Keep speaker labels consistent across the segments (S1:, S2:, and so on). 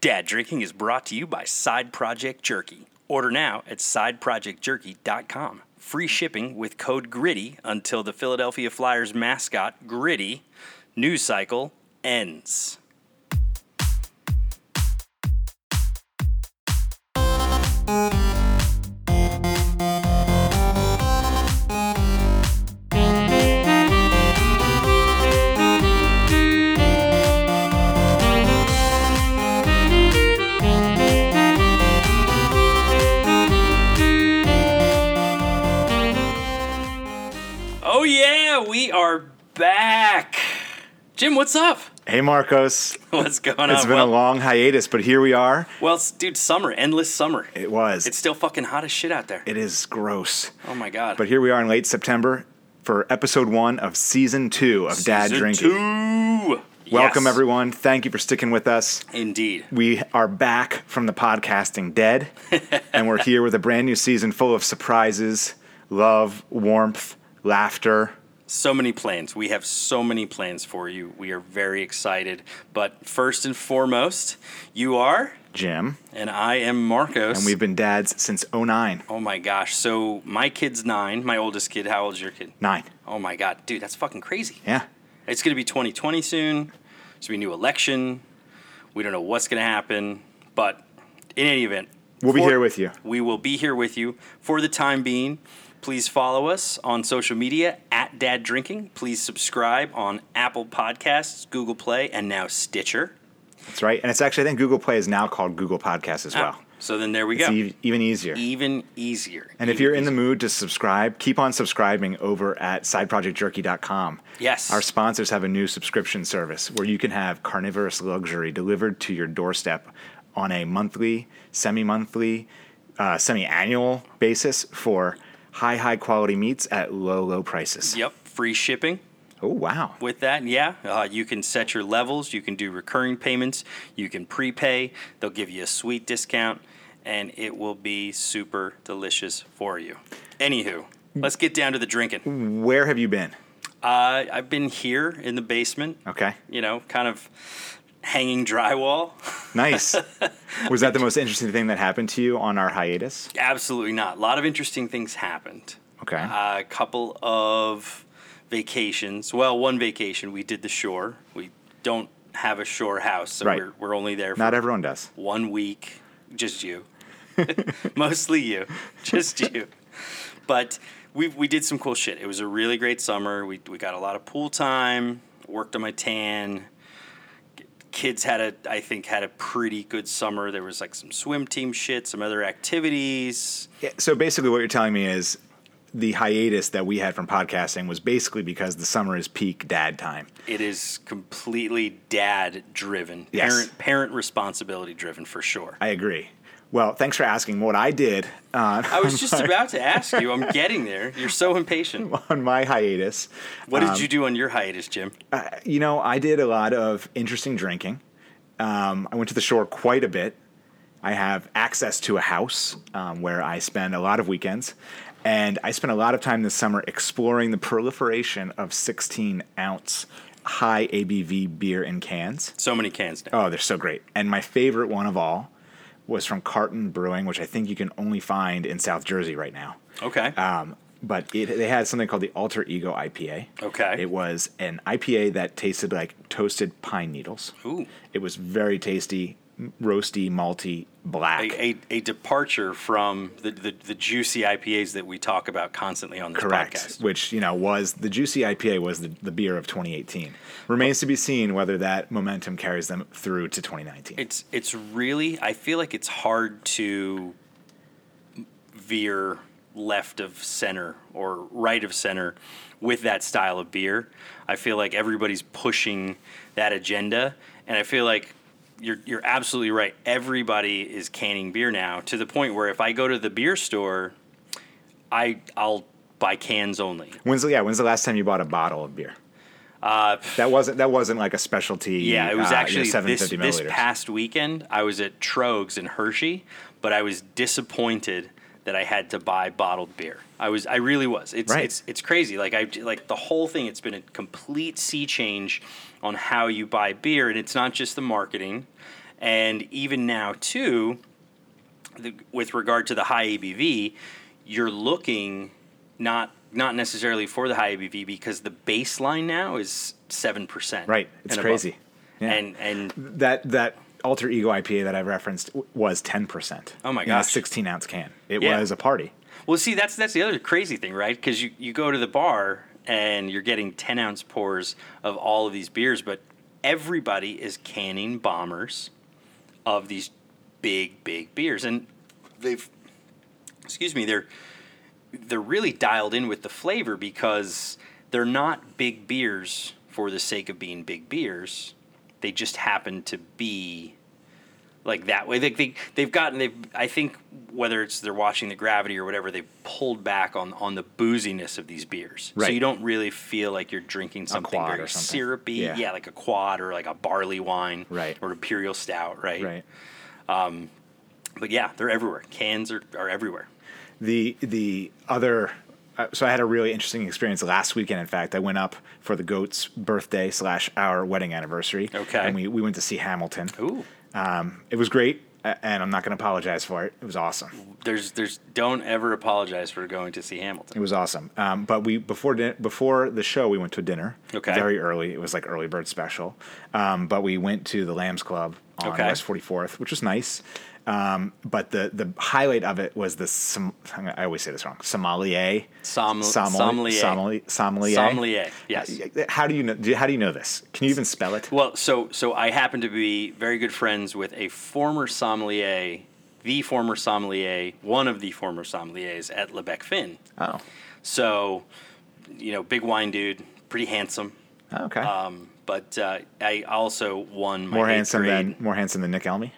S1: Dad Drinking is brought to you by Side Project Jerky. Order now at sideprojectjerky.com. Free shipping with code GRITTY until the Philadelphia Flyers mascot, Gritty, news cycle ends. Oh, yeah, we are back. Jim, what's up?
S2: Hey, Marcos.
S1: What's going
S2: It's
S1: on?
S2: been a
S1: Uh, well,
S2: long hiatus, but here we are.
S1: well, it's- dude, summer, endless summer.
S2: It was.
S1: It's still fucking hot as shit out there.
S2: it is gross.
S1: oh my god.
S2: But here we are in late September for episode one of season two of Dad
S1: Season
S2: Drinking.
S1: Two.
S2: Welcome,
S1: Yes,
S2: everyone. Thank you for sticking with us.
S1: Indeed.
S2: We are back from the podcasting dead, and we're here with a brand new season full of surprises, love, warmth, laughter.
S1: So many plans. We have so many plans for you. We are very excited. But first and foremost, you are,
S2: Jim,
S1: and I am Marcos.
S2: and we've been dads since 09.
S1: oh my gosh. So my kid's nine. My oldest kid. How old's your kid?
S2: Nine.
S1: Oh my god, dude, that's fucking crazy.
S2: Yeah.
S1: It's gonna be 2020 soon. It's gonna be a new election. We don't know what's gonna happen, but in any event,
S2: We'll be
S1: for-
S2: here with you.
S1: We will be here with you for the time being. Please follow us on social media at Dad Drinking. Please subscribe on Apple Podcasts, Google Play, and now Stitcher.
S2: That's right. And it's actually, I think Google Play is now called Google Podcasts as
S1: Ah.
S2: well.
S1: So then there we
S2: It's
S1: go.
S2: e- even easier.
S1: Even easier.
S2: And if
S1: Even
S2: you're in
S1: easier.
S2: the mood to subscribe, keep on subscribing over at sideprojectjerky.com.
S1: Yes.
S2: Our sponsors have a new subscription service where you can have carnivorous luxury delivered to your doorstep on a monthly, semi monthly, uh, semi annual basis for high, high quality meats at low, low prices.
S1: Yep, free shipping.
S2: Oh, wow.
S1: with that yeah uh, you can set your levels you can do recurring payments you can prepay they'll give you a sweet discount and it will be super delicious for you anywho let's get down to the
S2: Mm.
S1: drinking
S2: Where have you been?
S1: uh, i've been here in the basement
S2: Okay.
S1: you know kind of hanging drywall
S2: Nice. Was that the most interesting thing that happened to you on our hiatus?
S1: absolutely not a lot of interesting things happened
S2: Okay.
S1: a couple of vacations. Well, one vacation we did the shore. We don't have a shore house, so
S2: Right.
S1: we're, we're only there for
S2: Not everyone does.
S1: one week. Just you, mostly you, just you. But we we did some cool shit. It was a really great summer. We we got a lot of pool time. Worked on my tan. Kids had a I think had a pretty good summer. There was like some swim team shit, some other activities.
S2: Yeah, so basically, what you're telling me is the hiatus that we had from podcasting was basically because the summer is peak dad time.
S1: It is completely dad driven,
S2: Yes.
S1: parent parent responsibility driven for sure.
S2: I agree. Well, thanks for asking. What I did uh,
S1: I was just about to ask you. I'm getting there. You're so impatient.
S2: on my hiatus,
S1: What did you do on your hiatus, Jim?
S2: uh, you know, I did a lot of interesting drinking. Um, I went to the shore quite a bit. I have access to a house um, where I spend a lot of weekends. And I spent a lot of time this summer exploring the proliferation of 16 ounce high ABV beer in cans.
S1: So many cans now.
S2: Oh, they're so great. And my favorite one of all was from Carton Brewing, which I think you can only find in South Jersey right now.
S1: Okay.
S2: Um, but it, they had something called the Alter Ego IPA.
S1: Okay.
S2: It was an IPA that tasted like toasted pine needles.
S1: Ooh.
S2: It was very tasty, m- roasty, malty, black.
S1: A, a, a departure from the, the, the juicy IPAs that we talk about constantly on this podcast.
S2: Which, you know, was the Juicy IPA was the, the beer of 2018. Remains to be seen whether that momentum carries them through to 2019.
S1: It's it's really I feel like it's hard to veer left of center or right of center with that style of beer. I feel like everybody's pushing that agenda and I feel like you're you're absolutely right. Everybody is canning beer now to the point where if I go to the beer store, I I'll buy cans only.
S2: When's the, yeah? When's the last time you bought a bottle of beer?
S1: Uh,
S2: That wasn't that wasn't like a specialty.
S1: Yeah, it was
S2: uh, you know,
S1: actually this,
S2: 750
S1: this
S2: milliliters.
S1: past weekend. I was at Trogs in Hershey, but I was disappointed that I had to buy bottled beer. I was, I really was. It's,
S2: Right.
S1: it's, it's crazy. Like I, like the whole thing. It's been a complete sea change on how you buy beer, and it's not just the marketing. And even now, too, the, with regard to the high ABV, you're looking not not necessarily for the high ABV because the baseline now is seven percent.
S2: Right. It's crazy. Yeah.
S1: And and
S2: that that alter ego IPA that I referenced w- was ten percent.
S1: Oh my
S2: In a
S1: gosh.
S2: sixteen ounce can. It
S1: Yeah.
S2: was a party.
S1: well, see, that's that's the other crazy thing, right? Because you you go to the bar and you're getting ten ounce pours of all of these beers, but everybody is canning bombers of these big big beers, and they've excuse me they're they're really dialed in with the flavor because they're not big beers for the sake of being big beers they just happen to be like that way they, they they've gotten they've i think whether it's they're watching the gravity or whatever they've pulled back on on the booziness of these beers so
S2: Right.
S1: you don't really feel like you're drinking something
S2: quad
S1: very
S2: or something.
S1: syrupy
S2: Yeah.
S1: yeah like a quad or like a barley wine
S2: Right.
S1: or imperial stout right
S2: Right.
S1: but yeah they're everywhere cans are, are everywhere
S2: the the other uh, so i had a really interesting experience last weekend in fact i went up for the goat's birthday slash our wedding anniversary
S1: Okay.
S2: and we, we went to see hamilton
S1: ooh
S2: um, it was great a- and i'm not going to apologize for it it was awesome
S1: There's, there's, don't ever apologize for going to see
S2: it
S1: Hamilton.
S2: was awesome um, but we before din- before the show we went to dinner
S1: Okay.
S2: very early it was like early bird special um, but we went to the lambs club on
S1: Okay.
S2: west 44th which was nice um, but the the highlight of it was the som- i always say this wrong sommelier
S1: Som-
S2: sommelier
S1: sommelier.
S2: sommelier sommelier
S1: Sommelier, yes.
S2: How do you know? do- How do you know this? Can you even spell it?
S1: Well, so, so I happen to be very good friends with a former sommelier, the former sommelier, one of the former sommeliers at Lebec Finn.
S2: Oh,
S1: So, you know, big wine dude, pretty handsome.
S2: oh, okay.
S1: Um, but uh, I also won my
S2: more
S1: eighth
S2: handsome
S1: grade.
S2: than more handsome than Nick Elmy.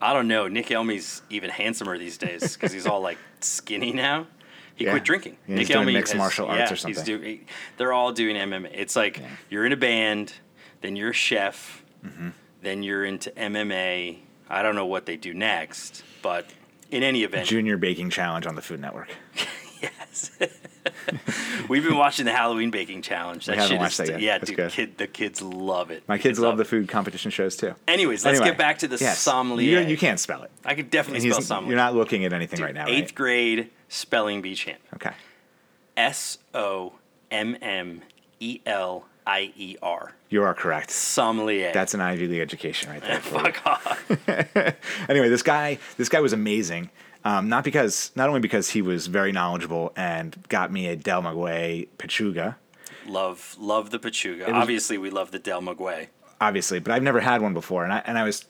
S1: I don't know. Nick Elmy's even handsomer these days because he's all like skinny now. He
S2: Yeah.
S1: quit drinking.
S2: Yeah, he's doing mixed
S1: has-
S2: martial arts or
S1: He's
S2: something.
S1: doing, they're all doing MMA. It's like you're in a band, then you're a chef,
S2: Mm-hmm.
S1: then you're into MMA. I don't know what they do next, but in any event,
S2: Junior baking challenge on the Food Network.
S1: yes. We've been watching the Halloween baking challenge. That
S2: haven't
S1: shit
S2: watched
S1: is
S2: that yet.
S1: yeah,
S2: That's
S1: dude.
S2: good.
S1: Kid, the kids love it.
S2: My kids love the food competition shows too.
S1: Anyways, let's
S2: Anyway,
S1: get back to the
S2: yes.
S1: sommelier.
S2: You, you can't spell it.
S1: I could definitely
S2: And
S1: spell
S2: he's-
S1: sommelier.
S2: You're not looking at anything right now.
S1: Eighth grade spelling bee champ.
S2: Right? Okay.
S1: S O M M E L I E R.
S2: You are correct.
S1: Sommelier.
S2: That's an Ivy League education right there. for you.
S1: fuck off.
S2: anyway, this guy, this guy was amazing. Um, not because, not only because he was very knowledgeable and got me a Del Maguey Pachuga,
S1: love, love the Pachuga. Obviously, we love the Del Maguey.
S2: obviously, but I've never had one before. And I, and I was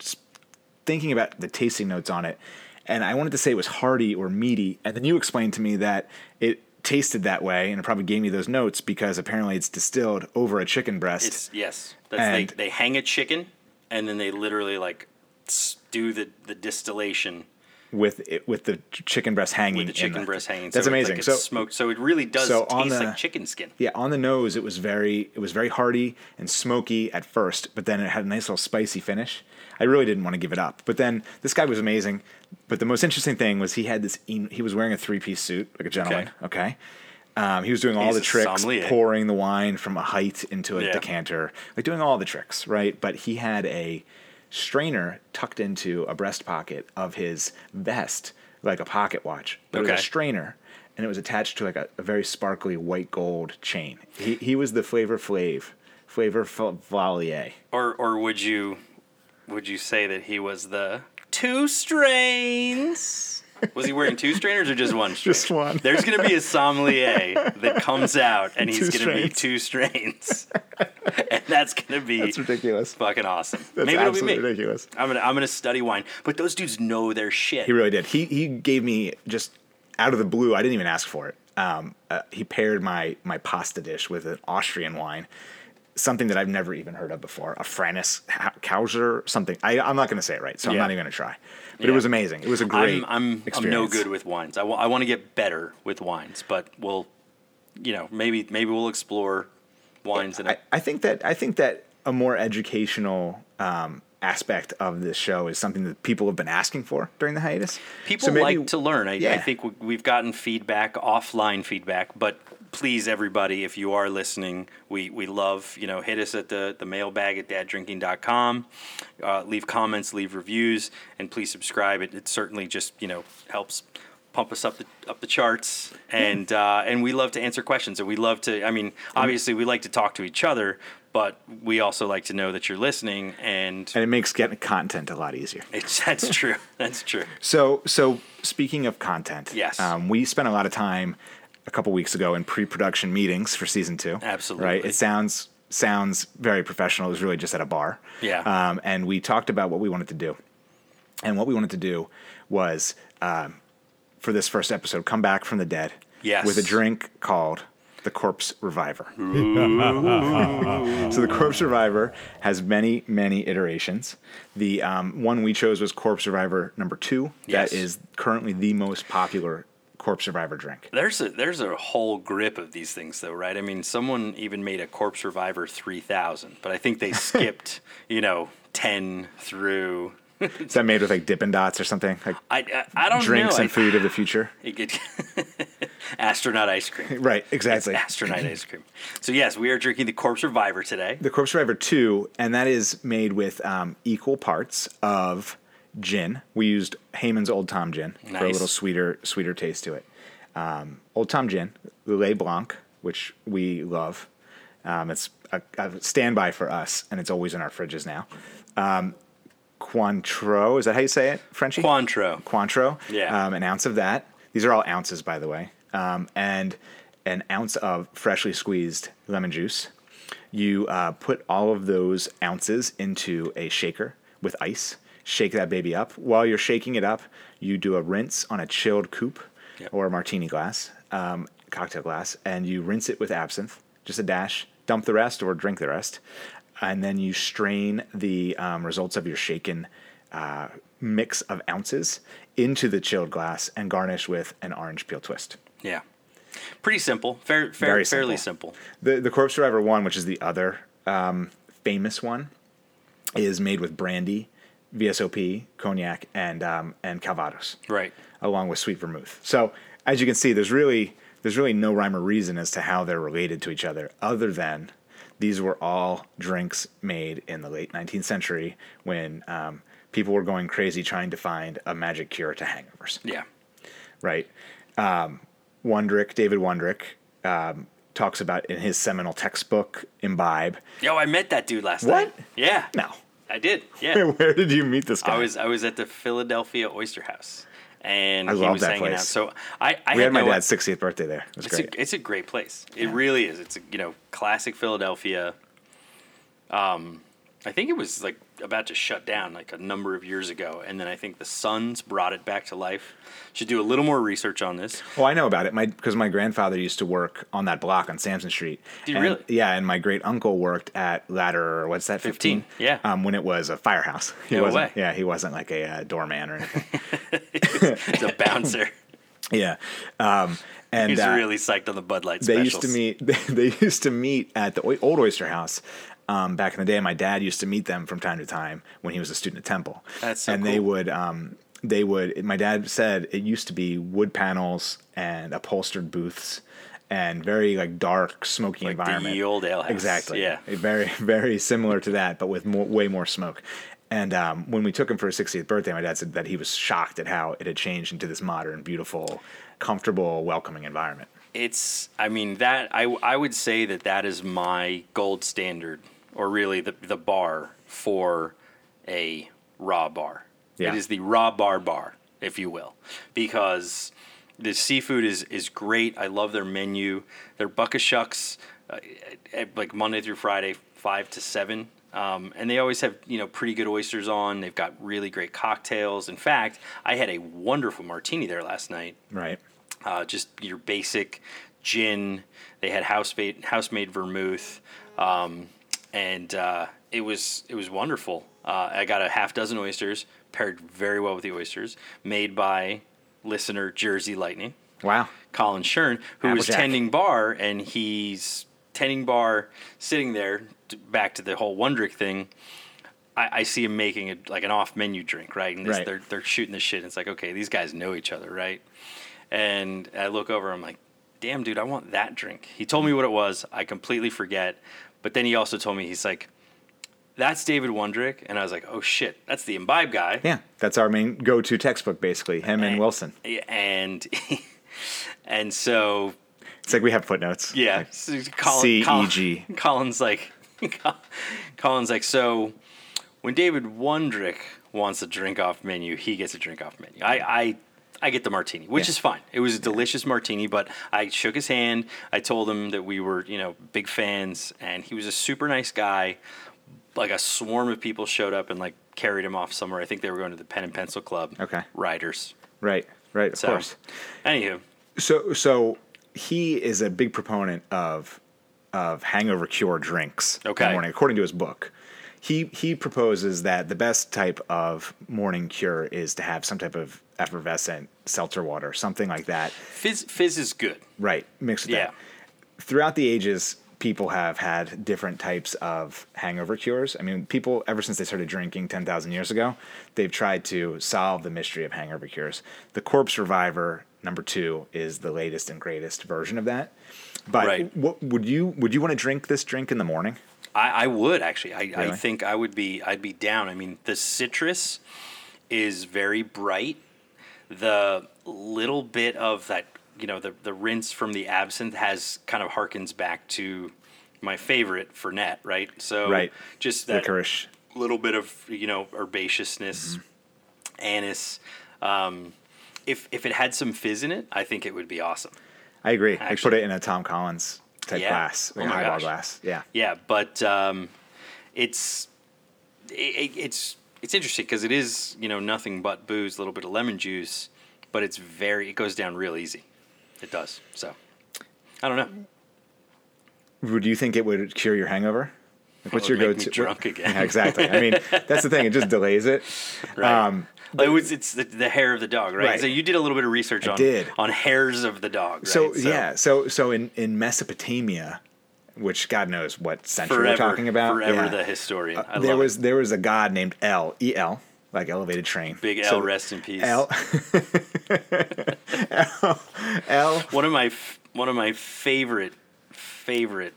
S2: s- thinking about the tasting notes on it, and I wanted to say it was hearty or meaty. And then you explained to me that it tasted that way, and it probably gave me those notes because apparently it's distilled over a chicken breast.
S1: It's yes. That's, they
S2: And-
S1: they hang a chicken and then they literally like s- do the the distillation
S2: with it, with the ch- chicken breast
S1: with
S2: hanging.
S1: the
S2: in
S1: chicken
S2: the-
S1: breast hanging.
S2: That's
S1: so
S2: amazing.
S1: It's
S2: so
S1: like it's smoked. So it really does
S2: so on
S1: taste
S2: the-
S1: like chicken skin.
S2: yeah, on the nose, it was very it was very hearty and smoky at first, but then it had a nice little spicy finish. I really didn't want to give it up, but then this guy was amazing. But the most interesting thing was he had this en- he was wearing a three piece suit like a gentleman. Okay. Um, he was doing all
S1: He's
S2: the
S1: a
S2: tricks,
S1: sommelier.
S2: pouring the wine from a height into a
S1: Yeah.
S2: decanter, like doing all the tricks, right? But he had a strainer tucked into a breast pocket of his vest, like a pocket watch, but it was
S1: Okay.
S2: a strainer, and it was attached to like a, a very sparkly white gold chain. He he was the flavor Flav, flavor Flavalier.
S1: Or or would you would you say that he was the two strains? Was he wearing two strainers or just one strain?
S2: Just one.
S1: There's going to be a sommelier that comes out and he's
S2: Two
S1: going to be
S2: strains.
S1: two strains. and that's going to be
S2: That's ridiculous.
S1: fucking awesome.
S2: That's
S1: Maybe it'll be me.
S2: absolutely ridiculous.
S1: I'm going to I'm going to study wine, but those dudes know their shit.
S2: He really did. He he gave me just out of the blue. I didn't even ask for it. Um, uh, he paired my my pasta dish with an Austrian wine, something that I've never even heard of before, a Franis Kauser something. I, I'm not going to say it right, so I'm
S1: Yeah.
S2: not even going to try. But it
S1: Yeah.
S2: was amazing. It was a
S1: I'm
S2: great.
S1: I'm, I'm
S2: experience.
S1: no good with wines. I want to get better with wines, but we'll you know, maybe maybe we'll explore wines in a
S2: I, I think that I think that a more educational um, aspect of this show is something that people have been asking for during the hiatus.
S1: People
S2: So maybe-
S1: like to learn. I, I
S2: yeah.
S1: think we- we've gotten feedback, offline feedback, but please everybody if you are listening we we love you know hit us at the the mailbag at daddrinking.com uh, leave comments leave reviews and please subscribe it, it certainly just you know helps pump us up the up the charts and uh, and we love to answer questions and we love to I mean obviously we like to talk to each other but we also like to know that you're listening and
S2: and it makes getting content a lot easier.
S1: it's, that's true that's true
S2: So, so speaking of content,
S1: Yes.
S2: um, we spent a lot of time a couple weeks ago in pre-production meetings for season two.
S1: Absolutely.
S2: right. It sounds sounds very professional. It was really just at a bar.
S1: Yeah.
S2: um, and we talked about what we wanted to do, and what we wanted to do was um, for this first episode, come back from the dead.
S1: Yes.
S2: with a drink called the Corpse Reviver. So the Corpse Survivor has many, many iterations. The um, one we chose was Corpse Survivor number two.
S1: Yes.
S2: That is currently the most popular Corpse Survivor drink.
S1: There's a there's a whole grip of these things though, right? I mean, someone even made a Corpse Survivor 3000, but I think they skipped, you know, 10 through
S2: Is that made with like Dippin' Dots or something? Like
S1: I I, I don't
S2: drinks
S1: know.
S2: and
S1: I-
S2: food of the future?
S1: I get- astronaut ice cream.
S2: Right, exactly.
S1: Astronaut ice cream. So yes, we are drinking the Corpse Survivor today.
S2: The Corpse Survivor two, and that is made with um, equal parts of gin. We used Heyman's Old Tom Gin for a
S1: Nice.
S2: little sweeter, sweeter taste to it. Um, Old Tom Gin, Lillet Blanc, which we love. Um, it's a, a standby for us, and it's always in our fridges now. Um, Cointreau, is that how you say it, Frenchie?
S1: Cointreau.
S2: Cointreau.
S1: Yeah.
S2: Um, an ounce of that. These are all ounces, by the way. Um, and an ounce of freshly squeezed lemon juice. You uh, put all of those ounces into a shaker with ice. Shake that baby up. While you're shaking it up, you do a rinse on a chilled coupe
S1: Yep.
S2: or a martini glass, um, cocktail glass, and you rinse it with absinthe, just a dash. Dump the rest or drink the rest, and then you strain the um, results of your shaken uh, mix of ounces into the chilled glass and garnish with an orange peel twist.
S1: Yeah. Pretty simple. Fair, fair
S2: Very
S1: fairly simple.
S2: The the Corpse Survivor one, which is the other um, famous one, is made with brandy, VSOP, cognac, and um, and Calvados,
S1: Right.
S2: along with sweet vermouth. So as you can see, there's really there's really no rhyme or reason as to how they're related to each other, other than these were all drinks made in the late 19th century when um, people were going crazy trying to find a magic cure to hangovers
S1: Yeah.
S2: right? Um, Wondrick, David Wondrick, um, talks about in his seminal textbook, Imbibe.
S1: Yo, I met that dude last
S2: What?
S1: night. Yeah.
S2: No.
S1: I did. Yeah.
S2: Where did you meet this guy?
S1: I was I was at the Philadelphia Oyster House, and he
S2: love
S1: was
S2: that
S1: hanging
S2: place.
S1: out. So I, I
S2: we had
S1: no,
S2: my dad's 60th birthday there. It was
S1: It's
S2: great.
S1: a, it's a great place. It really is. It's a, you know classic Philadelphia. Um, I think it was like about to shut down like a number of years ago, and then I think the Suns brought it back to life. Should do a little more research on this.
S2: Well, I know about it. My because my grandfather used to work on that block on Sampson Street.
S1: Did he
S2: And-
S1: really?
S2: Yeah, and my great uncle worked at Ladder. What's that?
S1: 15,
S2: 15?
S1: yeah.
S2: Um, when it was a firehouse. He
S1: No
S2: wasn't,
S1: way.
S2: Yeah, he wasn't like a uh, doorman or anything.
S1: It's a bouncer.
S2: yeah. Um, and
S1: He's
S2: uh,
S1: really psyched on the Bud Light
S2: they
S1: specials.
S2: used to meet they, used to meet at the oy- old oyster house um, back in the day my dad used to meet them from time to time when he was a student at temple
S1: That's so
S2: and they
S1: cool.
S2: would um, they would my dad said it used to be wood panels and upholstered booths and very like dark smoky
S1: the
S2: environment
S1: ye olde ale house.
S2: exactly
S1: Yeah.
S2: very very similar to that but with more, way more smoke and um, when we took him for his 60th birthday my dad said that he was shocked at how it had changed into this modern beautiful comfortable welcoming environment
S1: it's i mean that i i would say that that is my gold standard or really the the bar for a raw bar
S2: Yeah.
S1: it is the raw bar bar if you will because the seafood is is great i love their menu their buck of shucks uh, at, like monday through friday 5 to 7 um, and they always have you know pretty good oysters on they've got really great cocktails in fact i had a wonderful martini there last night
S2: right
S1: uh, just your basic gin. They had house made house made vermouth, um, and uh, it was it was wonderful. Uh, I got a half dozen oysters paired very well with the oysters made by listener Jersey Lightning.
S2: Wow.
S1: Colin Shern, who was
S2: Applejack.
S1: tending bar, and he's tending bar, sitting there. t- Back to the whole Wondrick thing, I, I see him making a, like an off-menu drink, right? And this,
S2: Right.
S1: they're they're shooting the shit. And it's like, okay, these guys know each other, right? And I look over, I'm like, damn, dude, I want that drink. He told me what it was. I completely forget. But then he also told me, he's like, that's David Wondrick. And I was like, oh shit, that's the imbibe guy.
S2: Yeah, that's our main go-to textbook, basically. Him and Wilson.
S1: And, and so,
S2: It's like we have footnotes.
S1: yeah.
S2: Like,
S1: so Colin- Colin-
S2: CEG.
S1: Colin's like, Colin's like, so when David Wondrick wants a drink off menu, he gets a drink off menu. I, I, I get the martini, which
S2: Yeah.
S1: is fine. It was a delicious martini, but I shook his hand. I told him that we were, you know, big fans, and he was a super nice guy. Like a swarm of people showed up and like carried him off somewhere. I think they were going to the Pen and Pencil Club.
S2: Okay.
S1: Riders.
S2: right, right, of
S1: So,
S2: course.
S1: anywho,
S2: So, so he is a big proponent of of hangover cure drinks. in the
S1: Okay.
S2: morning, according to his book, he he proposes that the best type of morning cure is to have some type of effervescent seltzer water, something like that.
S1: fizz fizz is good.
S2: Right, mixed with
S1: Yeah.
S2: that. Throughout the ages, people have had different types of hangover cures. I mean, people ever since they started drinking 10,000 years ago, they've tried to solve the mystery of hangover cures. The corpse reviver number 2 is the latest and greatest version of that. But
S1: Right.
S2: what would you would you want to drink this drink in the morning?
S1: I, I would actually. I, I
S2: Really?
S1: think I would be. I'd be down. I mean, the citrus is very bright. The little bit of that, you know, the the rinse from the absinthe has kind of harkens back to my favorite Fernet, right? So
S2: Right.
S1: just that
S2: Licorice.
S1: little bit of you know herbaceousness,
S2: Mm-hmm.
S1: anise. Um, if if it had some fizz in it, I think it would be awesome.
S2: I agree. I put
S1: Actually-
S2: it in a Tom Collins type
S1: Yeah.
S2: glass,
S1: Oh
S2: like a
S1: my
S2: highball
S1: gosh.
S2: glass. Yeah.
S1: Yeah, but um, it's it, it- it's it's interesting because it is you know nothing but booze, a little bit of lemon juice, but it's very it goes down real easy. It does. So I don't know.
S2: Would you think it would cure your hangover? Like, what's
S1: would
S2: your
S1: make me
S2: go-to?
S1: drunk again.
S2: Yeah, exactly. I mean, that's the thing. It just delays it.
S1: Right.
S2: Um,
S1: it was it's the, the hair of the dog, right?
S2: Right.
S1: So you did a little bit of research on
S2: did.
S1: on hairs of the dog. Right?
S2: So, yeah, so so in in Mesopotamia, which God knows what century
S1: forever
S2: we're talking about,
S1: forever
S2: yeah, Uh,
S1: the historian. I
S2: there
S1: love
S2: was
S1: it.
S2: there was a god named El E L like elevated train.
S1: big L.
S2: So
S1: rest in peace.
S2: El El
S1: one of my f- one of my favorite favorite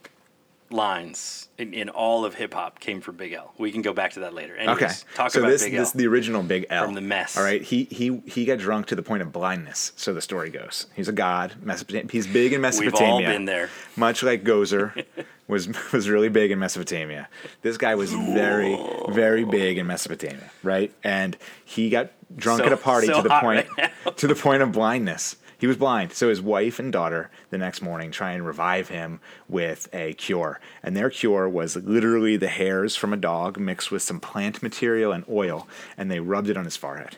S1: lines in, in all of hip hop came from Big L. We can go back to that later. Anyways,
S2: Okay.
S1: talk
S2: so
S1: about
S2: this,
S1: Big
S2: this
S1: L.
S2: the original Big L
S1: From the mess.
S2: All right. He he he got drunk to the point of blindness. So the story goes. He's a god. Mesopotam- he's big in
S1: all
S2: Mesopotamia.
S1: been there.
S2: Much like Gozer was was really big in Mesopotamia. This guy was very very big in Mesopotamia, right? And he got drunk
S1: So-
S2: at a party
S1: so
S2: to the
S1: hot
S2: point
S1: right
S2: to the point of blindness. He was blind. So his wife and daughter the next morning try and revive him with a cure. And their cure was literally the hairs from a dog mixed with some plant material and oil, and they rubbed it on his forehead.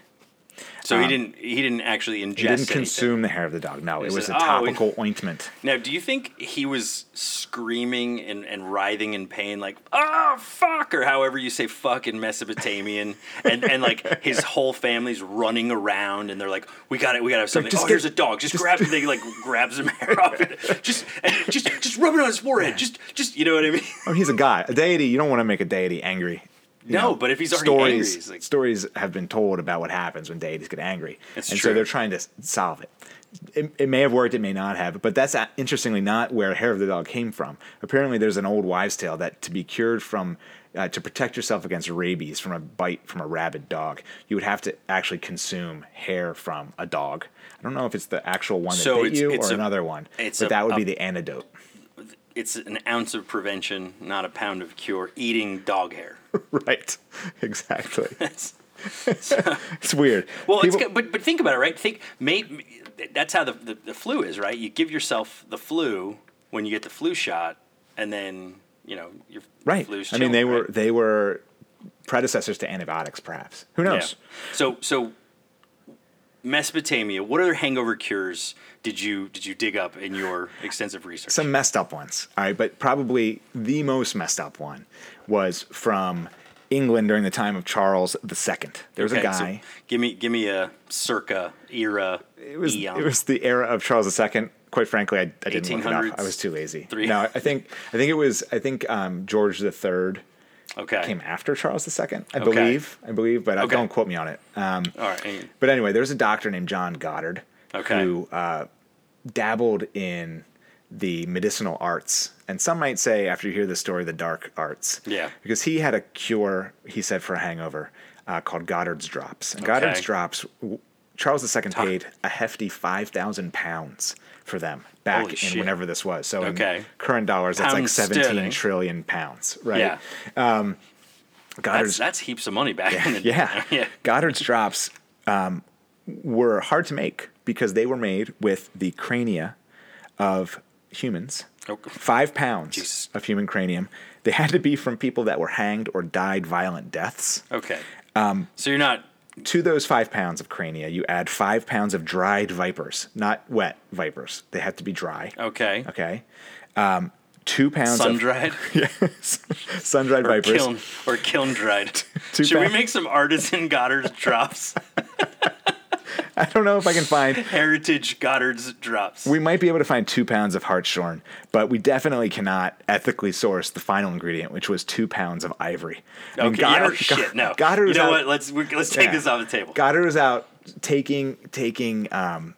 S1: So he didn't he didn't actually ingest
S2: Um, He didn't
S1: anything.
S2: consume the hair of the dog. No, it was
S1: said,
S2: a
S1: "Oh, we-
S2: topical ointment.
S1: Now, do you think he was screaming and, and writhing in pain like, "Oh, fuck," or however you say fuck in Mesopotamian and and like his whole family's running around and they're like, "We got it. We got to have something."
S2: just
S1: oh, here's a
S2: get-
S1: dog. Just, grab something like grabs him hair off it. Just and just just rub it on his forehead. Just just you know what I mean?
S2: Oh, he's a god, a deity. You don't want to make a deity angry. You
S1: No, but if he's already
S2: stories,
S1: angry, he's like-
S2: stories have been told about what happens when deities get angry,
S1: It's
S2: and
S1: true.
S2: so they're trying to s- solve it. It, it may have worked, it may not have, but that's uh, interestingly not where hair of the dog came from. Apparently, there's an old wives' tale that to be cured from, uh, to protect yourself against rabies from a bite from a rabid dog, you would have to actually consume hair from a dog. I don't know if it's the actual one that
S1: So
S2: bit
S1: it's-
S2: you
S1: it's
S2: or
S1: a-
S2: another one,
S1: it's
S2: but
S1: a-
S2: that would
S1: a-
S2: be the antidote.
S1: It's an ounce of prevention, not a pound of cure. Eating dog hair.
S2: right, exactly.
S1: That's
S2: It's weird.
S1: Well,
S2: People-
S1: it's good, but but think about it, right? Think may, that's how the, the the flu is, right? You give yourself the flu when you get the flu shot, and then you know your
S2: right.
S1: Flu's
S2: I
S1: chilling,
S2: mean, they were
S1: right?
S2: they were predecessors to antibiotics, perhaps. Who
S1: Yeah.
S2: knows?
S1: So so Mesopotamia. What other hangover cures did you did you dig up in your extensive research?
S2: Some messed up ones. All right, but probably the most messed up one was from England during the time of Charles II. There was a
S1: Okay, so
S2: guy.
S1: give me give me a circa era.
S2: it was
S1: E
S2: it was the era of Charles II. Quite frankly, I, I didn't look it
S1: 1800s,
S2: up. I was too lazy.
S1: three-
S2: No, I think I think it was I think um, George III
S1: okay.
S2: came after Charles II. I believe. I believe, but I
S1: Okay.
S2: don't quote me on it. Um,
S1: All right.
S2: But anyway, there's a doctor named John Goddard
S1: Okay.
S2: who uh, dabbled in the medicinal arts. And some might say, after you hear this story, the dark arts.
S1: Yeah.
S2: Because he had a cure, he said, for a hangover uh, called Goddard's Drops. And Goddard's Drops, w- Charles II paid a hefty 5,000 pounds for them back
S1: Holy
S2: in
S1: shit.
S2: whenever this was. So
S1: Okay.
S2: in current dollars, that's like
S1: Pounds
S2: 17 trillion
S1: sterling.
S2: pounds, right?
S1: Yeah. That's,
S2: Goddard's,
S1: that's heaps of money back in the day.
S2: yeah.
S1: yeah.
S2: Goddard's drops um, were hard to make because they were made with the crania of humans.
S1: Okay.
S2: Five pounds
S1: Oh, Jesus.
S2: of human cranium. They had to be from people that were hanged or died violent deaths.
S1: Okay.
S2: Um,
S1: so you're not
S2: To those five pounds of crania, you add five pounds of dried vipers, not wet vipers. They had to be dry.
S1: okay.
S2: Okay. Um, two pounds
S1: Sun
S2: of
S1: dried
S2: sun dried vipers.
S1: kiln or kiln dried.
S2: Two
S1: Should we
S2: pound-
S1: make some artisan Goddard's drops?
S2: I don't know if I can find
S1: Heritage Goddard's drops.
S2: We might be able to find two pounds of hartshorn, but we definitely cannot ethically source the final ingredient, which was two pounds of ivory. I mean,
S1: okay. yeah,
S2: Goddard-
S1: oh, shit. No.
S2: Goddard
S1: you
S2: was
S1: know
S2: out,
S1: what? Let's we, let's take
S2: Yeah.
S1: this off the table.
S2: Goddard was out taking taking um,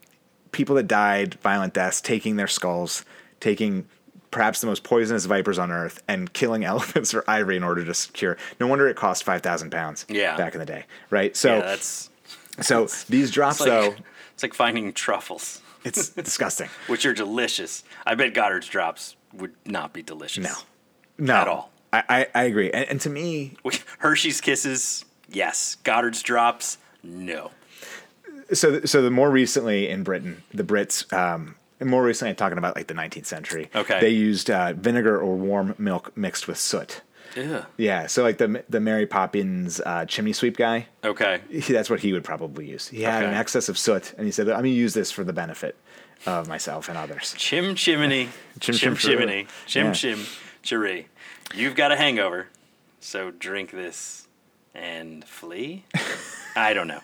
S2: people that died violent deaths, taking their skulls, taking perhaps the most poisonous vipers on earth, and killing elephants for ivory in order to secure. No wonder it cost five thousand pounds.
S1: Yeah.
S2: back in the day, right? So
S1: yeah, that's
S2: so these
S1: it's
S2: drops
S1: like,
S2: though,
S1: it's like finding truffles,
S2: it's disgusting.
S1: which are delicious. I bet Goddard's drops would not be delicious.
S2: No, no,
S1: At all.
S2: I, I, I agree, and, and to me,
S1: Hershey's kisses, yes. Goddard's drops, no.
S2: so so the more recently in Britain, the Brits, um, and more recently, I'm talking about like the 19th century.
S1: Okay.
S2: they used uh, vinegar or warm milk mixed with soot.
S1: Yeah.
S2: Yeah, so like the the Mary Poppins uh, chimney sweep guy,
S1: Okay.
S2: he, that's what he would probably use. He had an
S1: Okay.
S2: excess of soot, and he said, "I'm gonna use this for the benefit of myself and others."
S1: Chim chimney.
S2: Chim
S1: Chim
S2: chim
S1: chim chimney.
S2: chirree.
S1: Chim
S2: Yeah.
S1: chim chirree. You've got a hangover, so drink this and flee? I don't know.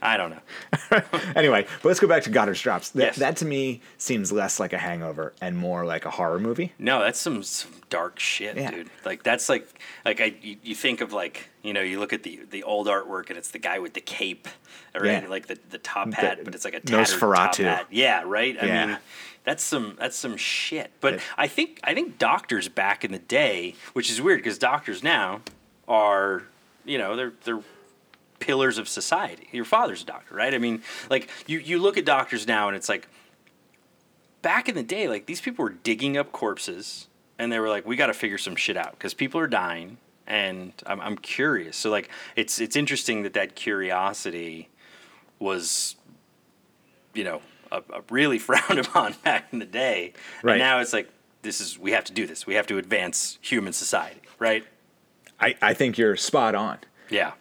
S1: I don't know.
S2: Anyway, but let's go back to Goddard's Drops. That,
S1: Yes.
S2: that to me seems less like a hangover and more like a horror movie.
S1: No, that's some, some dark shit,
S2: Yeah.
S1: dude. Like that's like like I you, you think of like you know you look at the the old artwork and it's the guy with the cape or
S2: Yeah.
S1: and, like the, the top hat, but it's like a tattered top
S2: Nosferatu.
S1: hat. Yeah, right. I
S2: Yeah.
S1: mean, that's some that's some shit. But I think I think doctors back in the day, which is weird because doctors now are you know they're they're pillars of society. Your father's a doctor, right? I mean, like you you look at doctors now and it's like back in the day, like these people were digging up corpses and they were like, we got to figure some shit out because people are dying and I'm, I'm curious. So like, it's, it's interesting that that curiosity was, you know, a, a really frowned upon back in the day.
S2: Right.
S1: And now it's like, this is, we have to do this. We have to advance human society. Right.
S2: I, I think you're spot on.
S1: Yeah.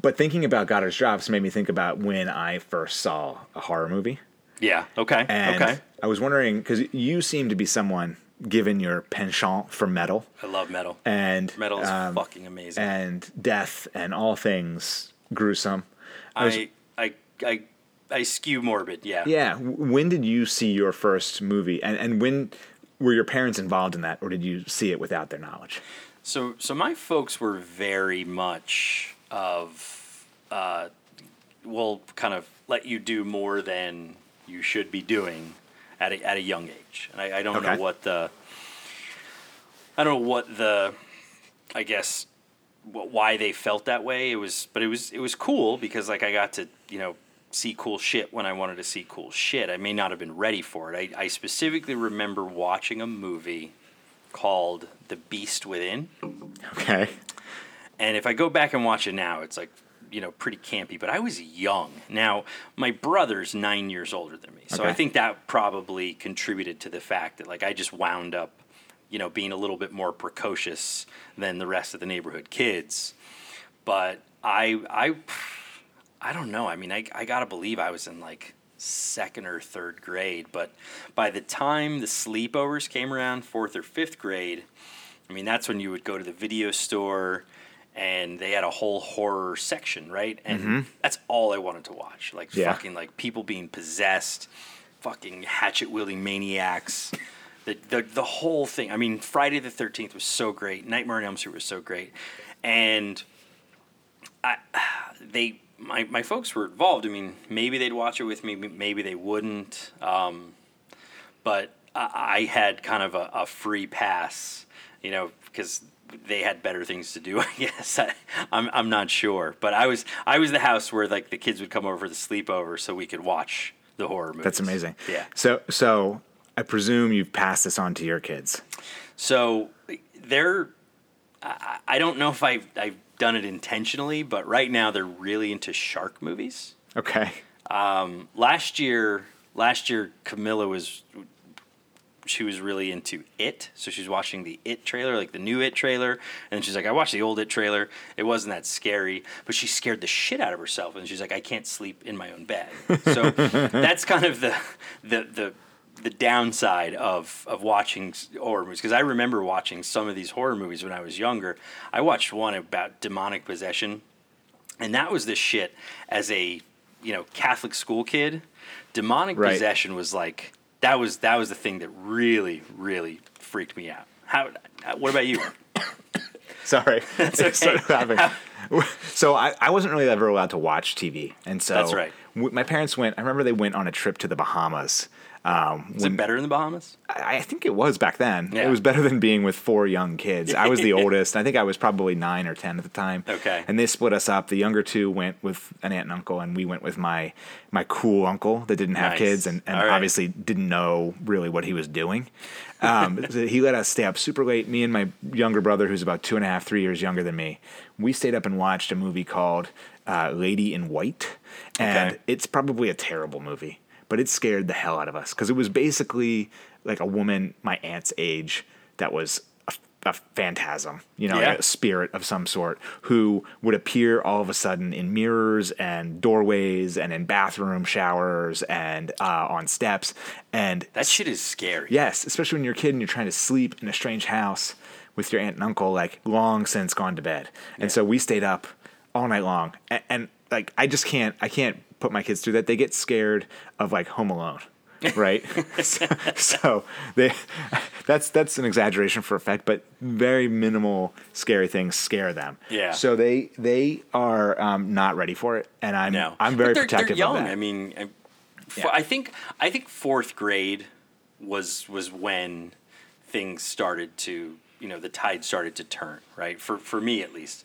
S2: But thinking about Goddard's Drops made me think about when I first saw a horror movie.
S1: Yeah. Okay.
S2: And
S1: okay.
S2: I was wondering because you seem to be someone given your penchant for metal
S1: I love metal.
S2: and
S1: metal is
S2: um,
S1: fucking amazing.
S2: and death and all things gruesome. I was-
S1: I, I, I, I skew morbid. Yeah.
S2: yeah. w- When did you see your first movie, and and when were your parents involved in that, or did you see it without their knowledge?
S1: So, so my folks were very much of, uh, will kind of let you do more than you should be doing at a, at a young age. And I, I don't
S2: Okay.
S1: know what the, I don't know what the, I guess, wh- why they felt that way. It was, but it was, it was cool because like I got to, you know, see cool shit when I wanted to see cool shit. I may not have been ready for it. I, I specifically remember watching a movie called The Beast Within.
S2: Okay.
S1: And if I go back and watch it now, it's like, you know, pretty campy, but I was young. Now, my brother's nine years older than me. So
S2: Okay.
S1: I think that probably contributed to the fact that, like, I just wound up, you know, being a little bit more precocious than the rest of the neighborhood kids. But I, I, I don't know. I mean, I, I gotta believe I was in like second or third grade, but by the time the sleepovers came around, fourth or fifth grade, I mean, that's when you would go to the video store and they had a whole horror section, right? And that's all I wanted to watch. Like
S2: Yeah.
S1: fucking like people being possessed, fucking hatchet wielding maniacs. The, the, the whole thing. I mean, Friday the 13th was so great. Nightmare on Elm Street was so great. And they my, my folks were involved. I mean, maybe they'd watch it with me, m- maybe they wouldn't. Um, but I, I had kind of a, a free pass, you know, because they had better things to do. I guess I, I'm I'm not sure, but I was I was the house where like the kids would come over for the sleepover so we could watch the horror movie.
S2: That's amazing.
S1: Yeah.
S2: So so I presume you've passed this on to your kids.
S1: So they're, I, I don't know if I've, I've done it intentionally, but right now they're really into shark movies.
S2: Okay.
S1: Um, last year, last year Camilla was, she was really into It, so she's watching the It trailer, like the new It trailer, and she's like, I watched the old It trailer. It wasn't that scary, but she scared the shit out of herself, and she's like, I can't sleep in my own bed. So that's kind of the the the the downside of of watching s- horror movies because I remember watching some of these horror movies when I was younger. I watched one about demonic possession, and that was this shit as a you know Catholic school kid. Demonic
S2: Right.
S1: possession was like that was that was the thing that really really freaked me out. How? What about you?
S2: Sorry. I started
S1: okay.
S2: laughing. So I, I wasn't really ever allowed to watch TV, and so
S1: That's right.
S2: w- my parents went. I remember they went on a trip to the Bahamas. Um,
S1: Is it better in the Bahamas?
S2: I I think it was back then.
S1: Yeah.
S2: It was better than being with four young kids. I was the oldest. I think I was probably nine or ten at the time.
S1: Okay.
S2: And they split us up. The younger two went with an aunt and uncle, and we went with my my cool uncle that didn't have
S1: Nice.
S2: kids and, and
S1: All right.
S2: obviously didn't know really what he was doing. Um, so he let us stay up super late. Me and my younger brother, who's about two and a half, three years younger than me, we stayed up and watched a movie called uh, Lady in White, and
S1: Okay.
S2: it's probably a terrible movie, but it scared the hell out of us because it was basically like a woman my aunt's age that was a, a phantasm, you know,
S1: Yeah.
S2: a spirit of some sort who would appear all of a sudden in mirrors and doorways and in bathroom showers and uh, on steps. And
S1: That shit is scary.
S2: yes, especially when you're a kid and you're trying to sleep in a strange house with your aunt and uncle, like long since gone to bed. And so we stayed up all night long. And, and like, I just can't, I can't put my kids through that. They get scared of like Home Alone. right, so, so they, that's that's an exaggeration for effect, but very minimal scary things scare them.
S1: Yeah.
S2: So they they are um, not ready for it, and I'm
S1: No,
S2: I'm very
S1: But they're,
S2: protective
S1: They're young.
S2: of that.
S1: I mean, I, f-
S2: Yeah.
S1: I think I think fourth grade was was when things started to you know the tide started to turn right for for me at least.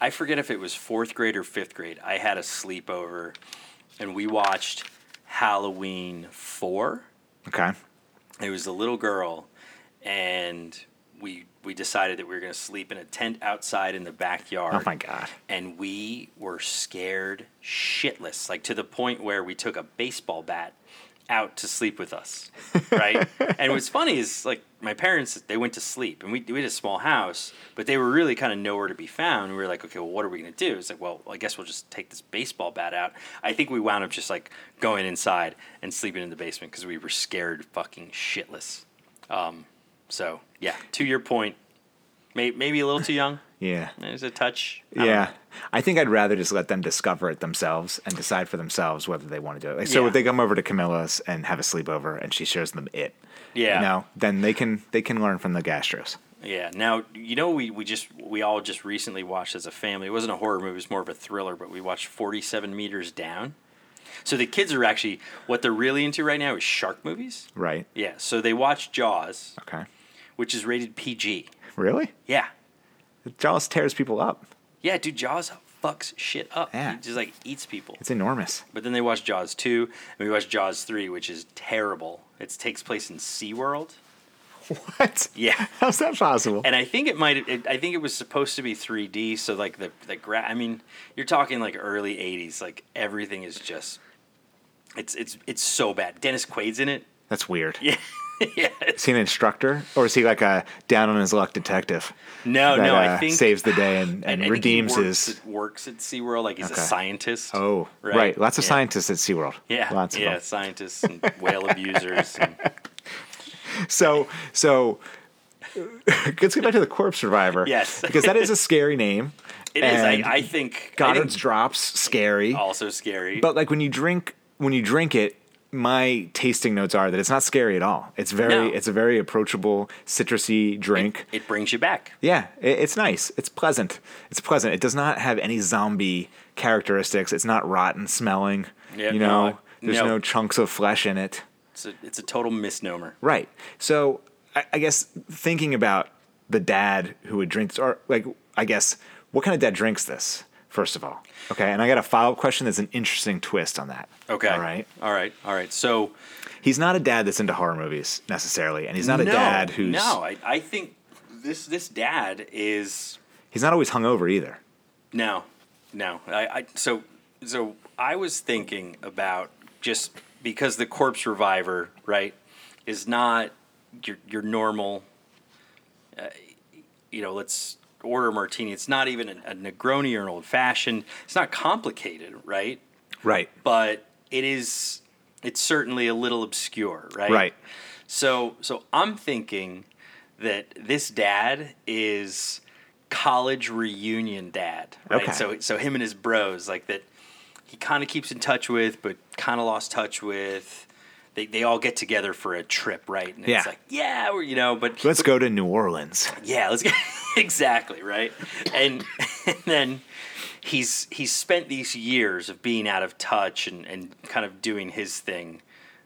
S1: I forget if it was fourth grade or fifth grade. I had a sleepover, and we watched Halloween four
S2: okay.
S1: it was a little girl and we we decided that we were going to sleep in a tent outside in the backyard
S2: Oh my God.
S1: and we were scared shitless like to the point where we took a baseball bat out to sleep with us right and what's funny is like my parents they went to sleep and we, we had a small house but they were really kind of nowhere to be found we were like okay well what are we going to do it's like well i guess we'll just take this baseball bat out i think we wound up just like going inside and sleeping in the basement because we were scared fucking shitless um, so yeah to your point may, maybe a little too young
S2: Yeah.
S1: there's a touch I don't know.
S2: Yeah. I think I'd rather just let them discover it themselves and decide for themselves whether they want to do it. Like, so
S1: Yeah.
S2: if they come over to Camilla's and have a sleepover and she shows them it,
S1: Yeah.
S2: you know, then they can they can learn from the gastros.
S1: Yeah. Now you know we, we just we all just recently watched as a family. It wasn't a horror movie; it was more of a thriller. But we watched Forty Seven Meters Down. So the kids are actually what they're really into right now is shark movies.
S2: Right.
S1: Yeah. So they watch Jaws,
S2: Okay.
S1: which is rated PG.
S2: Really?
S1: Yeah.
S2: Jaws tears people up.
S1: Yeah, dude. Jaws fucks shit up.
S2: Yeah.
S1: He just like eats people.
S2: It's enormous.
S1: But then they watched Jaws two, and we watched Jaws three, which is terrible. It takes place in SeaWorld.
S2: What?
S1: Yeah.
S2: How's that possible?
S1: and I think it might. It, I think it was supposed to be 3D. So like the the gra- I mean, you're talking like early 80s. Like everything is just. It's it's it's so bad. Dennis Quaid's in it.
S2: That's weird.
S1: Yeah. yeah.
S2: Is he an instructor or is he like a down on his luck detective?
S1: No,
S2: that,
S1: Oh, no. I
S2: uh,
S1: think
S2: saves the day and, and
S1: I think he
S2: redeems
S1: works,
S2: his.
S1: at- works at SeaWorld. Like he's a
S2: Okay.
S1: scientist.
S2: Oh, right. Lots of
S1: yeah.
S2: scientists at SeaWorld.
S1: Yeah,
S2: Lots of
S1: yeah,
S2: them.
S1: scientists and whale abusers. And,
S2: So, so let's get back to the corpse survivor.
S1: Yes.
S2: because that is a scary name.
S1: it is.
S2: And
S1: I, Oh. I think
S2: Goddard's
S1: I think
S2: drops scary,
S1: also scary.
S2: but like when you drink when you drink it, my tasting notes are that it's not scary at all. It's very
S1: No.
S2: it's a very approachable citrusy drink.
S1: it brings you back.
S2: yeah, it, it's nice. It's pleasant. It's pleasant. It does not have any zombie characteristics. It's not rotten smelling.
S1: Yeah,
S2: you
S1: no,
S2: know,
S1: I-
S2: there's
S1: no.
S2: no chunks of flesh in it.
S1: It's a, it's a total misnomer.
S2: Right. So I, I guess thinking about the dad who would drink this, or like, I guess, what kind of dad drinks this, first of all? Okay. And I got a follow up question that's an interesting twist on that.
S1: Okay.
S2: All right.
S1: All right. All right. So
S2: He's not a dad that's into horror movies necessarily. And he's not a
S1: no,
S2: dad who's,
S1: no. I, I think this this dad is
S2: he's not always hungover either.
S1: no, no. I, I so so I was thinking about just because the corpse reviver right is not your your normal. uh, you know, let's order a martini. It's not even a, a Negroni or an old fashioned. It's not complicated, right?
S2: Right.
S1: But it is. It's certainly a little obscure, right?
S2: Right.
S1: So, so I'm thinking that this dad is college reunion dad, right?
S2: Okay.
S1: So, so him and his bros, like that, he kind of keeps in touch with, but kind of lost touch with. They, they all get together for a trip, right? And
S2: Yeah.
S1: it's like, yeah, we're, you know, but
S2: Let's go to New Orleans.
S1: yeah, let's get exactly right. And, and then he's he's spent these years of being out of touch and, and kind of doing his thing,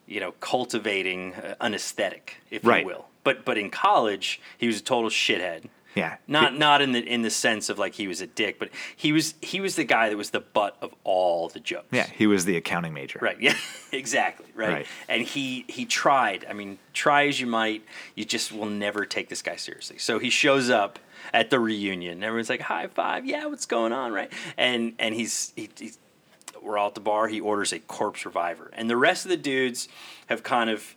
S1: you know, cultivating uh, an aesthetic, if
S2: Right.
S1: you will. But but in college, he was a total shithead.
S2: Yeah.
S1: Not not in the in the sense of like he was a dick, but he was he was the guy that was the butt of all the jokes.
S2: Yeah. He was the accounting major.
S1: Right. Yeah. exactly. Right?
S2: Right.
S1: And he he tried. I mean, try as you might, you just will never take this guy seriously. So he shows up at the reunion. And everyone's like, "High five! Yeah, what's going on?" Right. And and he's he, he's we're all at the bar. He orders a corpse reviver, and the rest of the dudes have kind of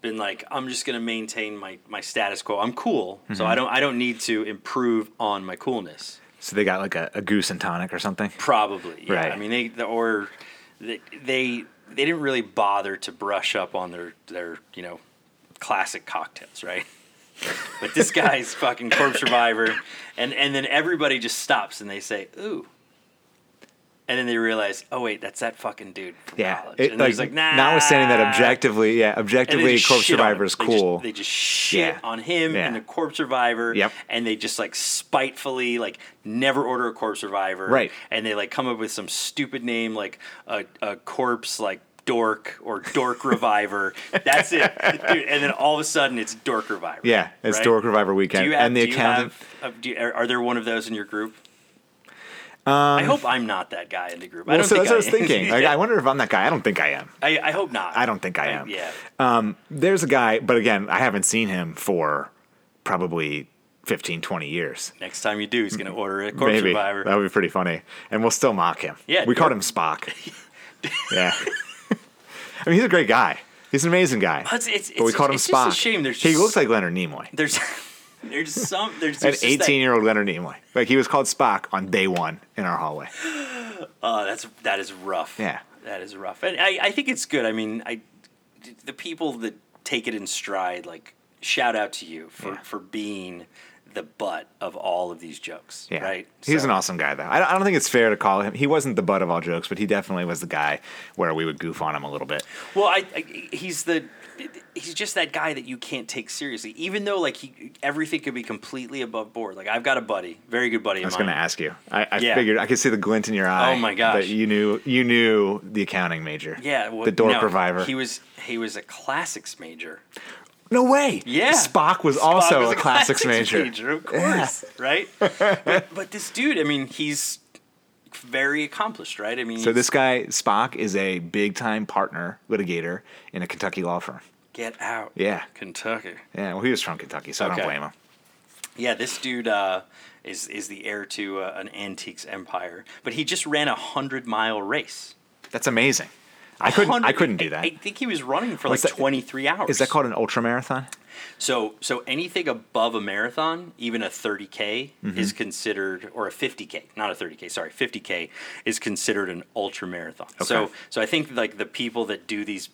S1: been like, "I'm just going to maintain my my status quo. I'm cool, so I don't I don't need to improve on my coolness."
S2: So they got like a, a goose and tonic or something.
S1: Probably, yeah.
S2: Right.
S1: I mean, they the- or they, they they didn't really bother to brush up on their their you know classic cocktails, right? but this guy's fucking corpse survivor, and and then everybody just stops and they say, "Ooh," and then they realize, "Oh wait, that's that fucking dude from
S2: Yeah.
S1: college."
S2: It-
S1: and they're just like, "Nah."
S2: Notwithstanding that objectively, yeah,
S1: And they
S2: objectively,
S1: just
S2: Corpse
S1: shit on
S2: Survivor
S1: him.
S2: is
S1: They just-
S2: cool.
S1: they just shit
S2: Yeah.
S1: on him
S2: Yeah.
S1: and the corpse survivor.
S2: Yep.
S1: And they just like spitefully like never order a corpse survivor.
S2: Right.
S1: And they like come up with some stupid name like a, a corpse like dork or dork reviver. That's it. Dude, and then all of a sudden it's dork reviver.
S2: yeah. It's
S1: right?
S2: Dork Reviver
S1: Do
S2: weekend.
S1: you have,
S2: and the
S1: do you
S2: accountant.
S1: have, uh, do you- are, are there one of those in your group? I hope I'm not that guy in the group. I
S2: Um, Well,
S1: don't
S2: so
S1: think
S2: that's what I was
S1: am.
S2: thinking. Like, I wonder if I'm that guy. I don't think I am.
S1: I, I hope not.
S2: I don't think I am.
S1: Yeah.
S2: Um, there's a guy, but again, I haven't seen him for probably 15, 20 years.
S1: Next time you do, he's going to order a corpse
S2: Maybe.
S1: survivor.
S2: That would be pretty funny. And we'll still mock him.
S1: Yeah,
S2: We called
S1: yeah.
S2: him Spock. yeah. I mean, he's a great guy. He's an amazing guy.
S1: It's, it's,
S2: but we
S1: it's-
S2: called him
S1: it's
S2: Spock.
S1: Just a shame. There's
S2: he
S1: just,
S2: looks like Leonard Nimoy.
S1: there's there's some there's
S2: An
S1: just that-
S2: 18 year old Leonard Nimoy. Like, he was called Spock on day one in our hallway.
S1: Oh, that's that is rough.
S2: Yeah.
S1: that is rough, and I, I think it's good. I mean, I the people that take it in stride, like shout out to you for
S2: Yeah.
S1: for being the butt of all of these jokes.
S2: Yeah.
S1: right.
S2: He's
S1: So-
S2: an awesome guy, though. I don't, I don't think it's fair to call him. He wasn't the butt of all jokes, but he definitely was the guy where we would goof on him a little bit.
S1: Well, I, I he's the he's just that guy that you can't take seriously, even though like he everything could be completely above board. Like I've got a buddy, very good buddy of
S2: I was
S1: mine.
S2: going to ask you. I, I
S1: Yeah.
S2: figured I could see the glint in your eye.
S1: Oh my gosh.
S2: That you knew you knew the accounting major.
S1: yeah, well,
S2: the dork
S1: no,
S2: reviver.
S1: He was he was a classics major.
S2: no way.
S1: Yeah.
S2: Spock was also
S1: Spock was
S2: a, classics, major.
S1: of course, right? But, but this dude, I mean, he's very accomplished, right? I mean,
S2: So this guy Spock is a big time partner litigator in a Kentucky law firm.
S1: get out,
S2: Yeah.
S1: Kentucky.
S2: Yeah. Well, he was from Kentucky, so I
S1: Okay.
S2: don't blame him.
S1: Yeah, this dude uh, is is the heir to uh, an antiques empire, but he just ran a hundred mile race.
S2: That's amazing. I couldn't. I
S1: 100
S2: couldn't do that.
S1: I, I think he was running for like
S2: What's that-
S1: twenty three hours.
S2: Is that called an ultra marathon?
S1: So, so anything above a marathon, even a 30K,
S2: Mm-hmm.
S1: is considered, or a 50K, not a 30K, sorry, 50K is considered an ultra marathon. So,
S2: Okay.
S1: so I think like the people that do these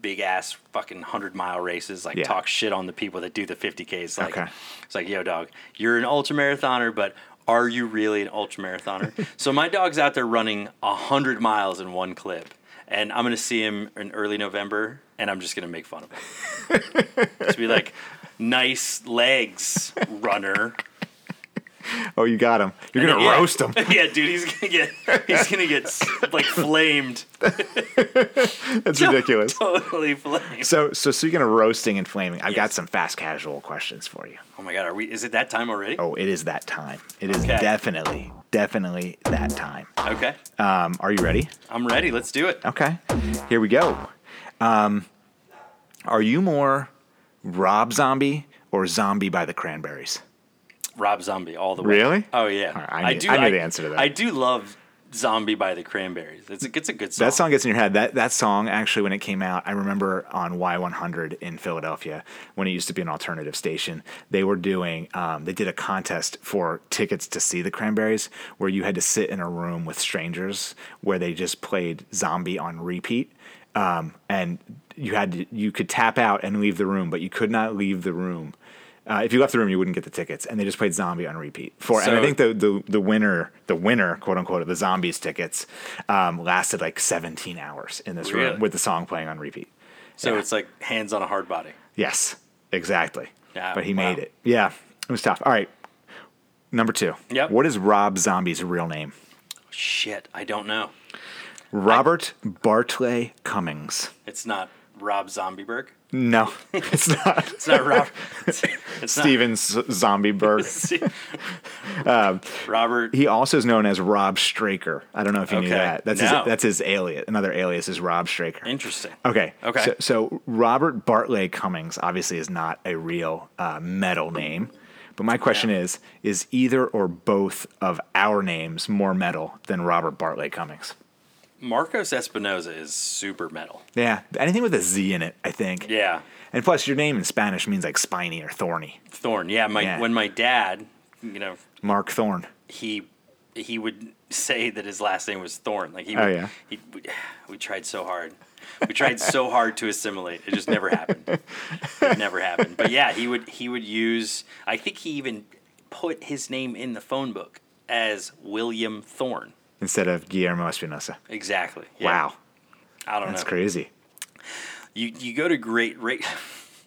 S1: big ass fucking 100 mile races, like
S2: Yeah.
S1: talk shit on the people that do the 50Ks. Like,
S2: Okay.
S1: it's like, yo, dog, you're an ultra marathoner, but are you really an ultra marathoner? so my dog's out there running 100 miles in one clip, and I'm going to see him in early November, and I'm just going to make fun of him to be like, nice legs, runner.
S2: Oh, you got him. You're gonna
S1: Yeah.
S2: roast him.
S1: yeah, dude, he's gonna get he's gonna get s- like flamed.
S2: That's ridiculous.
S1: totally flamed.
S2: So, so speaking of roasting and flaming, I've got
S1: Yes.
S2: some fast casual questions for you.
S1: Oh my god, are we? Is it that time already?
S2: Oh, it is that time. It is
S1: Okay.
S2: definitely, definitely that time.
S1: Okay,
S2: Um, are you ready?
S1: I'm ready. Let's do it.
S2: Okay, here we go. Um, are you more Rob Zombie or Zombie by the Cranberries?
S1: Rob Zombie all the way.
S2: Really?
S1: Oh yeah.
S2: right, I knew- I knew the answer to that.
S1: I do love "Zombie" by the Cranberries. It's a, it's a good song.
S2: That song gets in your head. That that song actually, when it came out, I remember on Y100 in Philadelphia when it used to be an alternative station. They were doing, um, they did a contest for tickets to see the Cranberries, where you had to sit in a room with strangers where they just played Zombie on repeat, um, and you had to, you could tap out and leave the room, but you could not leave the room. Uh, if you left the room, you wouldn't get the tickets, and they just played Zombie on repeat for. and I
S1: So-
S2: think the, the the winner, the winner, quote unquote, of the Zombies tickets, um, lasted like 17 hours in this
S1: Really?
S2: room with the song playing on repeat.
S1: So it's like hands on a hard body.
S2: Yes, exactly.
S1: Yeah,
S2: but he
S1: wow.
S2: made it. Yeah, it was tough. All right, number two.
S1: Yep.
S2: What is Rob Zombie's real name?
S1: Shit, I don't know.
S2: Robert Bartley Cummings.
S1: It's not Rob Zombieberg.
S2: No, it's not.
S1: It's not Rob. it's not
S2: Steven Z- Zombieberg.
S1: Robert.
S2: Um, He also is known as Rob Straker. I don't know if you knew
S1: Okay.
S2: that. That's
S1: No.
S2: his, that's his alias. Another alias is Rob Straker.
S1: Interesting.
S2: Okay.
S1: Okay.
S2: So, so Robert Bartley Cummings obviously is not a real uh, metal name, but my question is: Is either or both of our names more metal than Robert Bartley Cummings?
S1: Marcos Espinosa is super metal.
S2: Yeah, anything with a Z in it, I think.
S1: Yeah.
S2: And plus, your name in Spanish means like spiny or thorny.
S1: Thorn. Yeah, my
S2: Yeah.
S1: when my dad, you know,
S2: Mark Thorn.
S1: he he would say that his last name was Thorn. Like he,
S2: Oh,
S1: would,
S2: yeah.
S1: he we, we tried so hard. We tried so hard to assimilate. It just never happened. It never happened. But yeah, he would he would use I think he even put his name in the phone book as William Thorn.
S2: instead of Guillermo Espinosa.
S1: Exactly. Yeah.
S2: Wow,
S1: I don't
S2: that's
S1: know.
S2: crazy.
S1: You you go to great rate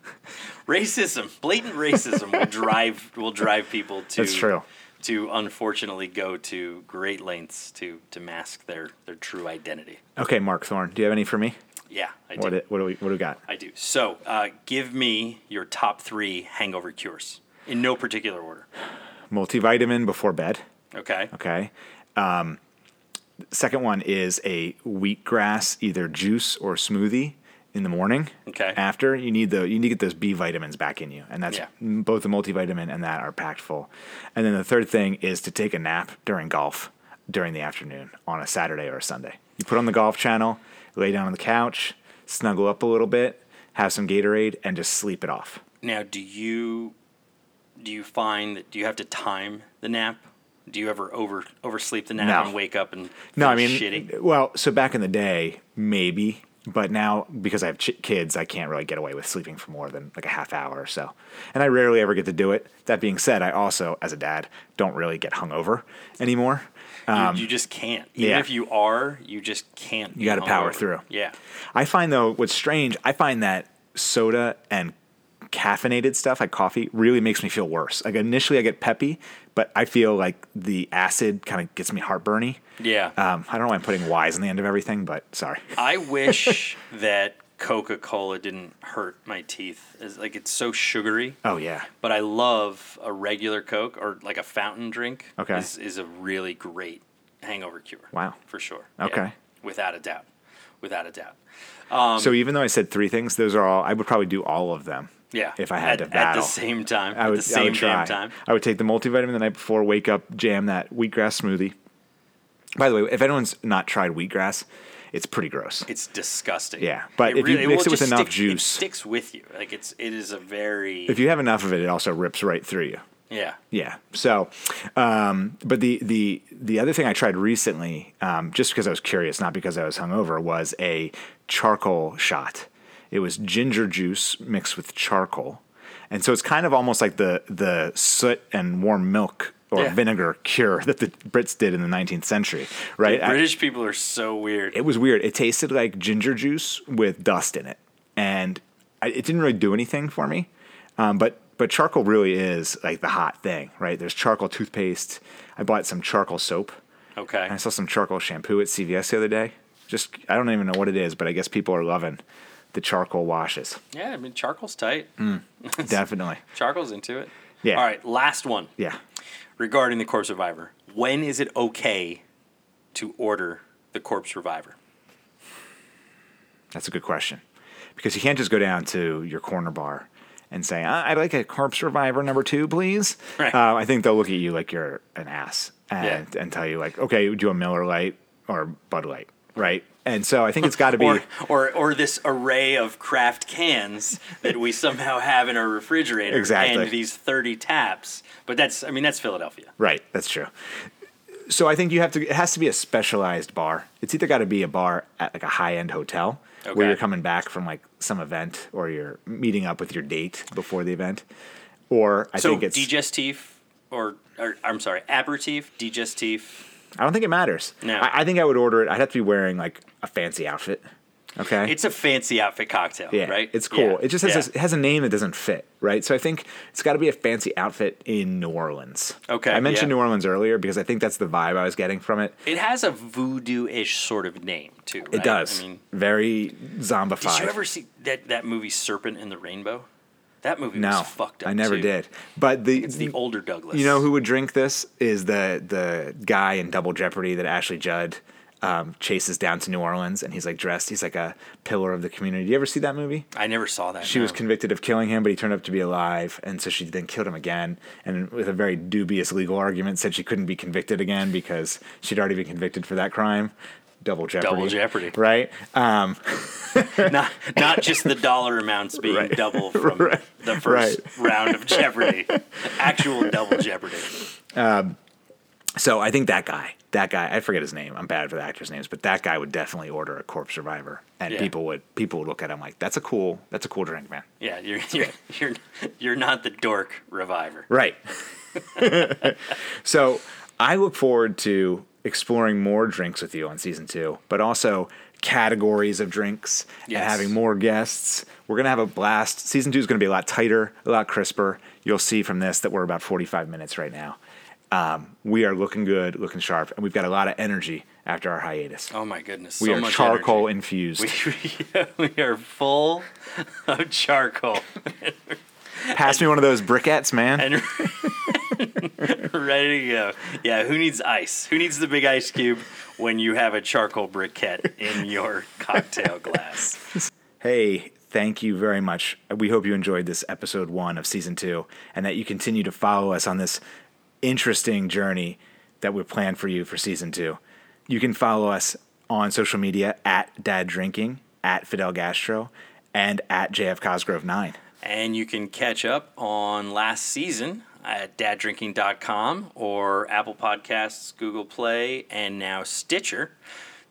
S1: racism, blatant racism will drive will drive people to
S2: That's true.
S1: to unfortunately go to great lengths to to mask their their true identity.
S2: Okay, Mark Thorn, do you have any for me?
S1: Yeah, I do.
S2: What do- what do we what do we got?
S1: I do. So, uh, give me your top three hangover cures in no particular order.
S2: Multivitamin before bed.
S1: Okay.
S2: Okay. Um, second one is a wheatgrass, either juice or smoothie in the morning.
S1: Okay.
S2: After you need the you need to get those B vitamins back in you, and that's
S1: Yeah.
S2: m- both the multivitamin and that are packed full. And then the third thing is to take a nap during golf during the afternoon on a Saturday or a Sunday. You put on the golf channel, lay down on the couch, snuggle up a little bit, have some Gatorade, and just sleep it off.
S1: Now, do you do you find that do you have to time the nap? Do you ever over oversleep the nap
S2: No.
S1: and wake up and
S2: No, I
S1: feel
S2: mean,
S1: shitty?
S2: well, so back in the day, maybe, but now because I have ch- kids, I can't really get away with sleeping for more than like a half hour or so, and I rarely ever get to do it. That being said, I also, as a dad, don't really get hungover anymore.
S1: You- you, just can't. Even
S2: yeah.
S1: if you are, you just can't. You
S2: gotta power through.
S1: Yeah.
S2: I find though what's strange, I find that soda and caffeinated stuff like coffee really makes me feel worse. Like initially I get peppy, but I feel like the acid kind of gets me heartburny.
S1: Yeah.
S2: Um, I don't know why I'm putting Y's in the end of everything, but sorry.
S1: I wish that Coca Cola didn't hurt my teeth. It's like it's so sugary.
S2: Oh yeah.
S1: But I love a regular Coke or like a fountain drink.
S2: Okay.
S1: Is, is a really great hangover cure.
S2: Wow.
S1: For sure.
S2: Okay.
S1: Without a doubt. Without a doubt.
S2: So even though I said three things, those are all. I would probably do all of them.
S1: Yeah.
S2: If I had
S1: at,
S2: to battle,
S1: At the same time.
S2: I would.
S1: at the same
S2: I would try.
S1: damn time.
S2: I would take the multivitamin the night before, wake up, jam that wheatgrass smoothie. By the way, if anyone's not tried wheatgrass, it's pretty gross.
S1: It's disgusting.
S2: Yeah, but if you
S1: will
S2: mix it with
S1: just
S2: enough
S1: stick-
S2: juice-
S1: it sticks with you. Like it's it is a very
S2: if you have enough of it, it also rips right through you.
S1: yeah.
S2: Yeah. So, um, but the the the other thing I tried recently, um, just because I was curious, not because I was hungover, was a charcoal shot. It was ginger juice mixed with charcoal, and so it's kind of almost like the the soot and warm milk or
S1: Yeah.
S2: vinegar cure that the Brits did in the 19th century, right? I-
S1: British people are so weird.
S2: it was weird. It tasted like ginger juice with dust in it, and I, it didn't really do anything for me. Um, but But charcoal really is like the hot thing, right? There's charcoal toothpaste. I bought some charcoal soap.
S1: Okay.
S2: I saw some charcoal shampoo at CVS the other day. Just I don't even know what it is, but I guess people are loving the charcoal washes.
S1: Yeah, I mean charcoal's tight.
S2: Definitely.
S1: Charcoal's into it.
S2: Yeah.
S1: All right, last one
S2: Yeah.
S1: regarding the corpse survivor. When is it okay to order the corpse survivor?
S2: That's a good question. Because you can't just go down to your corner bar and say, I- I'd like a Corpse Survivor number two, please.
S1: Right.
S2: Uh, I think they'll look at you like you're an ass and,
S1: Yeah.
S2: and tell you, like, okay, do you want Miller Light or Bud Light? Right. And so I think it's got to be.
S1: Or, or, or this array of craft cans that we somehow have in our refrigerator
S2: Exactly.
S1: and these 30 taps. But that's, I mean, that's Philadelphia.
S2: Right, that's true. So I think you have to. It has to be a specialized bar. It's either got to be a bar at like a high end hotel
S1: Okay.
S2: where you're coming back from like some event or you're meeting up with your date before the event, or I
S1: So
S2: think it's.
S1: digestif or, or I'm sorry, aperitif, digestif.
S2: I don't think it matters.
S1: No.
S2: I, I think I would order it. I'd have to be wearing like a fancy outfit. Okay.
S1: It's a fancy outfit cocktail,
S2: yeah,
S1: right?
S2: It's cool.
S1: Yeah.
S2: It just has
S1: Yeah.
S2: a, it has a name that doesn't fit, right? So I think it's got to be a fancy outfit in New Orleans.
S1: Okay,
S2: I mentioned
S1: yeah.
S2: New Orleans earlier because I think that's the vibe I was getting from it.
S1: It has a voodoo-ish sort of name too.
S2: It
S1: right?
S2: does.
S1: I mean,
S2: Very zombified.
S1: did you ever see that that movie Serpent in the Rainbow? That movie
S2: no,
S1: was fucked up.
S2: I never
S1: too.
S2: did. But the,
S1: It's the older Douglas.
S2: you know who would drink this is the the guy in Double Jeopardy that Ashley Judd um, chases down to New Orleans, and he's like dressed. He's like a pillar of the community. Do you ever see that movie?
S1: I never saw that.
S2: She was
S1: no.
S2: convicted of killing him, but he turned up to be alive, and so she then killed him again. And with a very dubious legal argument, said she couldn't be convicted again because she'd already been convicted for that crime. Double jeopardy.
S1: Jeopardy.
S2: Right. Um,
S1: not not just the dollar amounts being
S2: Right.
S1: double from
S2: Right.
S1: the first round of Jeopardy, actual double Jeopardy.
S2: So I think that guy, that guy, I forget his name. I'm bad for the actors' names, but that guy would definitely order a corpse survivor, and
S1: Yeah.
S2: people would people would look at him like, "That's a cool, that's a cool drink, man."
S1: Yeah, you're you're you're, you're not the dork reviver.
S2: Right. so I look forward to exploring more drinks with you on season two, but also categories of drinks and
S1: Yes.
S2: having more guests. We're gonna have a blast. Season two is gonna be a lot tighter, a lot crisper. You'll see from this that we're about 45 minutes right now. Um, we are looking good, looking sharp, and we've got a lot of energy after our hiatus.
S1: Oh my goodness,
S2: we
S1: so
S2: are
S1: much
S2: charcoal
S1: energy.
S2: infused.
S1: we are full of charcoal.
S2: Pass me one of those briquettes, man.
S1: and ready to go. Yeah, who needs ice? Who needs the big ice cube when you have a charcoal briquette in your cocktail glass?
S2: Hey, thank you very much. We hope you enjoyed this episode one of season two and that you continue to follow us on this interesting journey that we planned for you for season two. You can follow us on social media at Dad Drinking, at Fidel Gastro, and at JF Cosgrove9.
S1: And you can catch up on last season at daddrinking.com or Apple Podcasts, Google Play, and now Stitcher.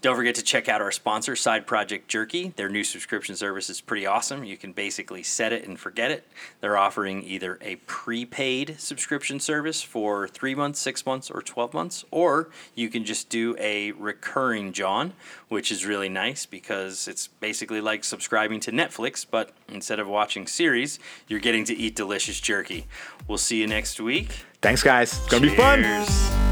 S1: Don't forget to check out our sponsor, Side Project Jerky. Their new subscription service is pretty awesome. You can basically set it and forget it. They're offering either a prepaid subscription service for three months, six months, or 12 months, or you can just do a recurring John, which is really nice because it's basically like subscribing to Netflix, but instead of watching series, you're getting to eat delicious jerky. We'll see you next week.
S2: Thanks, guys. It's going to be fun.
S1: Cheers.